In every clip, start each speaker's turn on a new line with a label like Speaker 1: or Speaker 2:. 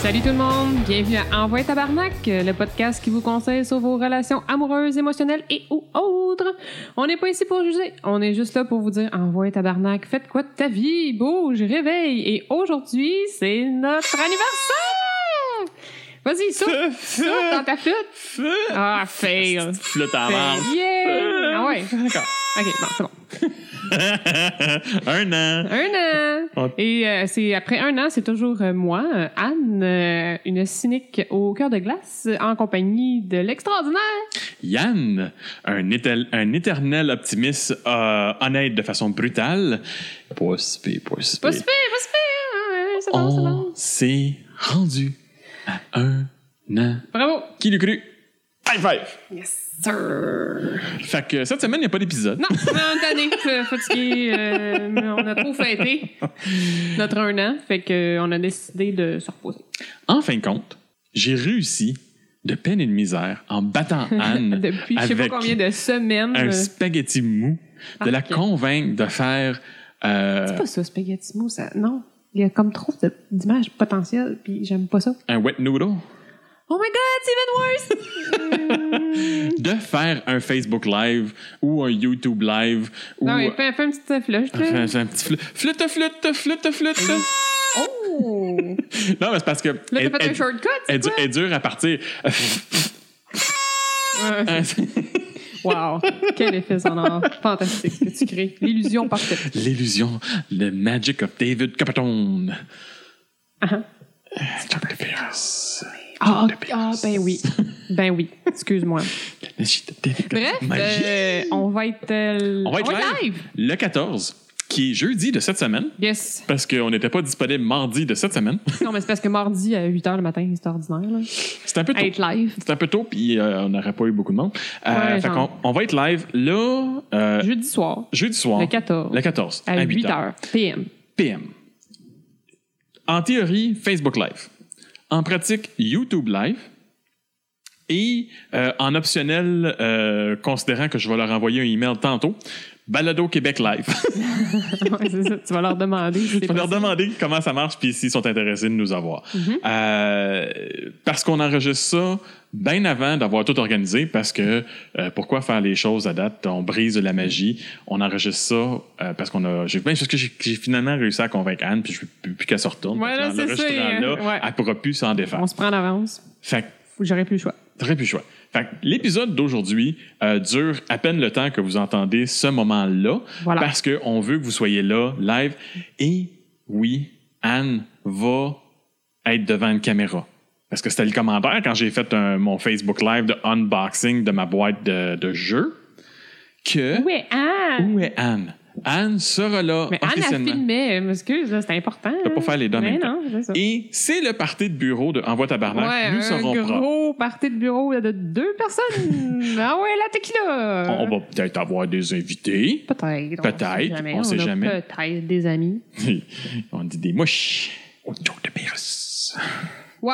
Speaker 1: Salut tout le monde, bienvenue à Envoyer Tabarnak, le podcast qui vous conseille sur vos relations amoureuses, émotionnelles et ou autres. On n'est pas ici pour juger, on est juste là pour vous dire Envoyer Tabarnak, faites quoi de ta vie, bouge, réveille. Et aujourd'hui, c'est notre anniversaire! Vas-y, souffle, souffle dans ta flûte. Ah, fail.
Speaker 2: Flûte à marde.
Speaker 1: Yeah! Ah ouais, ok, bon, c'est bon.
Speaker 2: un an.
Speaker 1: Un an!
Speaker 2: On-
Speaker 1: Et euh, c'est après un an, c'est toujours euh, moi, euh, Anne, euh, une cynique au cœur de glace, euh, en compagnie de l'extraordinaire.
Speaker 2: Yann, un, étel- un éternel optimiste euh, honnête de façon brutale. Pas si pire, pas si
Speaker 1: Pas
Speaker 2: pire.
Speaker 1: super, pas super! hein, hein, C'est bon, c'est
Speaker 2: On
Speaker 1: bon.
Speaker 2: s'est rendu à un an.
Speaker 1: Bravo!
Speaker 2: Qui l'eût cru? High five!
Speaker 1: Yes, sir!
Speaker 2: Fait que cette semaine, il n'y a pas d'épisode.
Speaker 1: Non, non, tanné, fa- fatigué, euh, mais on a trop fêté notre un an, fait qu'on a décidé de se reposer.
Speaker 2: En fin de compte, j'ai réussi, de peine et de misère, en battant Anne
Speaker 1: Depuis je sais pas
Speaker 2: avec
Speaker 1: combien de semaines.
Speaker 2: un
Speaker 1: euh,
Speaker 2: spaghetti mou, de la
Speaker 1: parfait.
Speaker 2: convaincre de faire... euh,
Speaker 1: Ah, C'est pas ça, spaghetti mou, ça. Non. Il y a comme trop de- d'images potentielles, puis j'aime pas ça.
Speaker 2: un wet noodle,
Speaker 1: Oh my god, c'est even worse!
Speaker 2: de faire un Facebook Live ou un YouTube Live ou
Speaker 1: non, mais fais, fais une petite flush,
Speaker 2: Enfin,
Speaker 1: là.
Speaker 2: c'est un petit flûte, flûte, flûte, flûte, flûte.
Speaker 1: Oh!
Speaker 2: Non, mais c'est parce que.
Speaker 1: Mhm. Là,
Speaker 2: elle-
Speaker 1: t'as fait un
Speaker 2: elle-
Speaker 1: shortcut,
Speaker 2: elle
Speaker 1: c'est
Speaker 2: du-
Speaker 1: quoi?
Speaker 2: elle dure à partir.
Speaker 1: Ouais. Wow! Quel effet sonore fantastique que tu crées. L'illusion parfaite.
Speaker 2: L'illusion, le magic of David Capitone.
Speaker 1: Ah,
Speaker 2: Chuck DeVeras.
Speaker 1: ah,
Speaker 2: Chuck DeVeras.
Speaker 1: ah, ben oui. Ben oui. Excuse-moi.
Speaker 2: La magie de David
Speaker 1: Bref,
Speaker 2: Capitone. Magie.
Speaker 1: euh, on va être... euh,
Speaker 2: On va être live. Le 14, qui est jeudi de cette semaine,
Speaker 1: Yes.
Speaker 2: parce qu'on n'était pas disponible mardi de cette semaine.
Speaker 1: Non, mais c'est parce que mardi à 8h le matin, c'est ordinaire, là.
Speaker 2: C'est un peu tôt.
Speaker 1: Être live.
Speaker 2: C'est un peu tôt, puis euh, on n'aurait pas eu beaucoup de monde. Euh,
Speaker 1: Ouais,
Speaker 2: fait
Speaker 1: genre.
Speaker 2: qu'on- on, va être live là, euh,
Speaker 1: Jeudi soir,
Speaker 2: jeudi soir,
Speaker 1: le 14,
Speaker 2: le 14,
Speaker 1: à 8 h PM.
Speaker 2: PM. En théorie, Facebook Live. En pratique, YouTube Live. Et euh, en optionnel, euh, considérant que je vais leur envoyer un email tantôt, Balado Québec Live.
Speaker 1: Ouais, c'est ça. Tu vas leur demander. si c'est
Speaker 2: Je vais leur
Speaker 1: possible.
Speaker 2: demander comment ça marche puis s'ils sont intéressés de nous avoir.
Speaker 1: Mhm.
Speaker 2: Euh, parce qu'on enregistre ça bien avant d'avoir tout organisé parce que euh, pourquoi faire les choses à date? On brise de la magie. On enregistre ça euh, parce qu'on a... J'ai, ben, parce que j'ai, j'ai finalement réussi à convaincre Anne puis je veux plus, plus qu'elle se retourne.
Speaker 1: Ouais, là,
Speaker 2: En
Speaker 1: c'est ça,
Speaker 2: l'enregistrant
Speaker 1: euh,
Speaker 2: là,
Speaker 1: ouais.
Speaker 2: Elle pourra plus s'en défaire.
Speaker 1: On se prend d'avance.
Speaker 2: Fait que
Speaker 1: Faut- J'aurais plus le choix.
Speaker 2: Très plus chouette. Fait que l'épisode d'aujourd'hui euh, dure à peine le temps que vous entendez ce moment-là.
Speaker 1: Voilà.
Speaker 2: Parce qu'on veut que vous soyez là, live. Et oui, Anne va être devant une caméra. Parce que c'était le commentaire quand j'ai fait un- mon Facebook Live de unboxing de ma boîte de, de jeux que.
Speaker 1: Ouais, Anne!
Speaker 2: Où est Anne? Anne sera là
Speaker 1: Mais hein? Anne a
Speaker 2: officiellement.
Speaker 1: filmé, elle euh, m'excuse, là, c'est important.
Speaker 2: On peut ah, pas faire les deux en
Speaker 1: Mais
Speaker 2: même temps.
Speaker 1: non, c'est ça.
Speaker 2: Et c'est le parti de bureau de Envoi Tabarnak.
Speaker 1: Ouais,
Speaker 2: Nous
Speaker 1: un
Speaker 2: serons propres.
Speaker 1: gros party de bureau de deux personnes. ah ouais, la tequila!
Speaker 2: On va peut-être avoir des invités.
Speaker 1: Peut-être.
Speaker 2: Peut-être, on sait
Speaker 1: a
Speaker 2: jamais.
Speaker 1: Peut-être des amis.
Speaker 2: On dit des mouches. On joke de virus.
Speaker 1: Wow!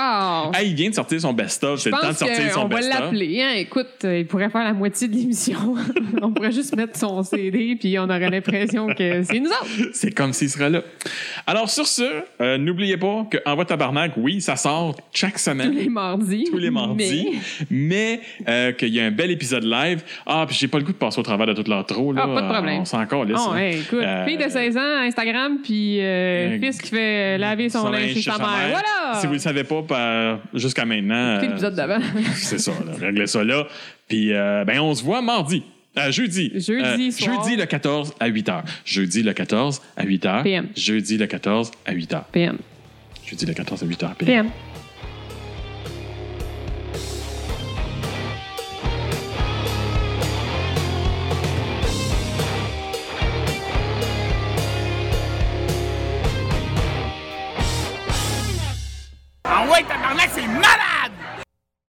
Speaker 2: Ah, il vient de sortir son best-of. C'est
Speaker 1: Je
Speaker 2: le temps de
Speaker 1: pense
Speaker 2: sortir
Speaker 1: qu'on
Speaker 2: son
Speaker 1: va
Speaker 2: best-of.
Speaker 1: l'appeler. hein. Écoute, euh, il pourrait faire la moitié de l'émission. on pourrait juste mettre son CD, puis on aurait l'impression que c'est nous autres.
Speaker 2: C'est comme s'il serait là. Alors, sur ce, euh, n'oubliez pas que Envoi Tabarnak, oui, ça sort chaque
Speaker 1: Tous
Speaker 2: semaine.
Speaker 1: les mardis.
Speaker 2: Tous les mardis,
Speaker 1: Mais-
Speaker 2: mais, euh, qu'il y a un bel épisode live. Ah, puis j'ai pas le goût de passer au travers de toute leur trop. Là.
Speaker 1: Ah, pas de problème.
Speaker 2: On s'en encore
Speaker 1: Oh, hey, écoute,
Speaker 2: Euh,
Speaker 1: fille de 16 ans, Instagram, puis euh,
Speaker 2: euh,
Speaker 1: fils qui fait euh, laver son, linge chez sa mère. Voilà!
Speaker 2: Si vous le savez pas, par- jusqu'à maintenant.
Speaker 1: Écoutez
Speaker 2: euh,
Speaker 1: l'épisode d'avant.
Speaker 2: C'est ça, là. réglez ça là. Puis, euh, ben, on se voit mardi. Euh, jeudi.
Speaker 1: Jeudi soir.
Speaker 2: Jeudi le 14 à 8 h. Jeudi le 14 à 8 h.
Speaker 1: PM.
Speaker 2: Jeudi le 14 à 8 h.
Speaker 1: PM.
Speaker 2: Jeudi le 14 à 8 h.
Speaker 1: PM.